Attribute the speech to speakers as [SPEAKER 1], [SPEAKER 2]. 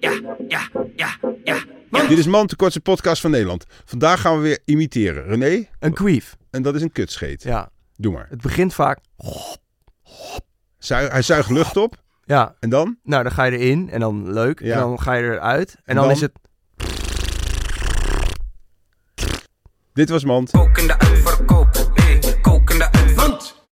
[SPEAKER 1] ja, ja, ja, ja.
[SPEAKER 2] Dit is Man te Kort, de podcast van Nederland. Vandaag gaan we weer imiteren. René,
[SPEAKER 3] Een queef.
[SPEAKER 2] en dat is een kutscheet.
[SPEAKER 3] Ja.
[SPEAKER 2] Doe maar.
[SPEAKER 3] Het begint vaak.
[SPEAKER 2] Zui- hij zuigt lucht op
[SPEAKER 3] Ja.
[SPEAKER 2] en dan?
[SPEAKER 3] Nou, dan ga je erin en dan leuk.
[SPEAKER 2] Ja.
[SPEAKER 3] En dan ga je eruit. En, dan,
[SPEAKER 2] dan?
[SPEAKER 3] is het.
[SPEAKER 2] Dit was Mand.
[SPEAKER 1] Kokende uitverkoop.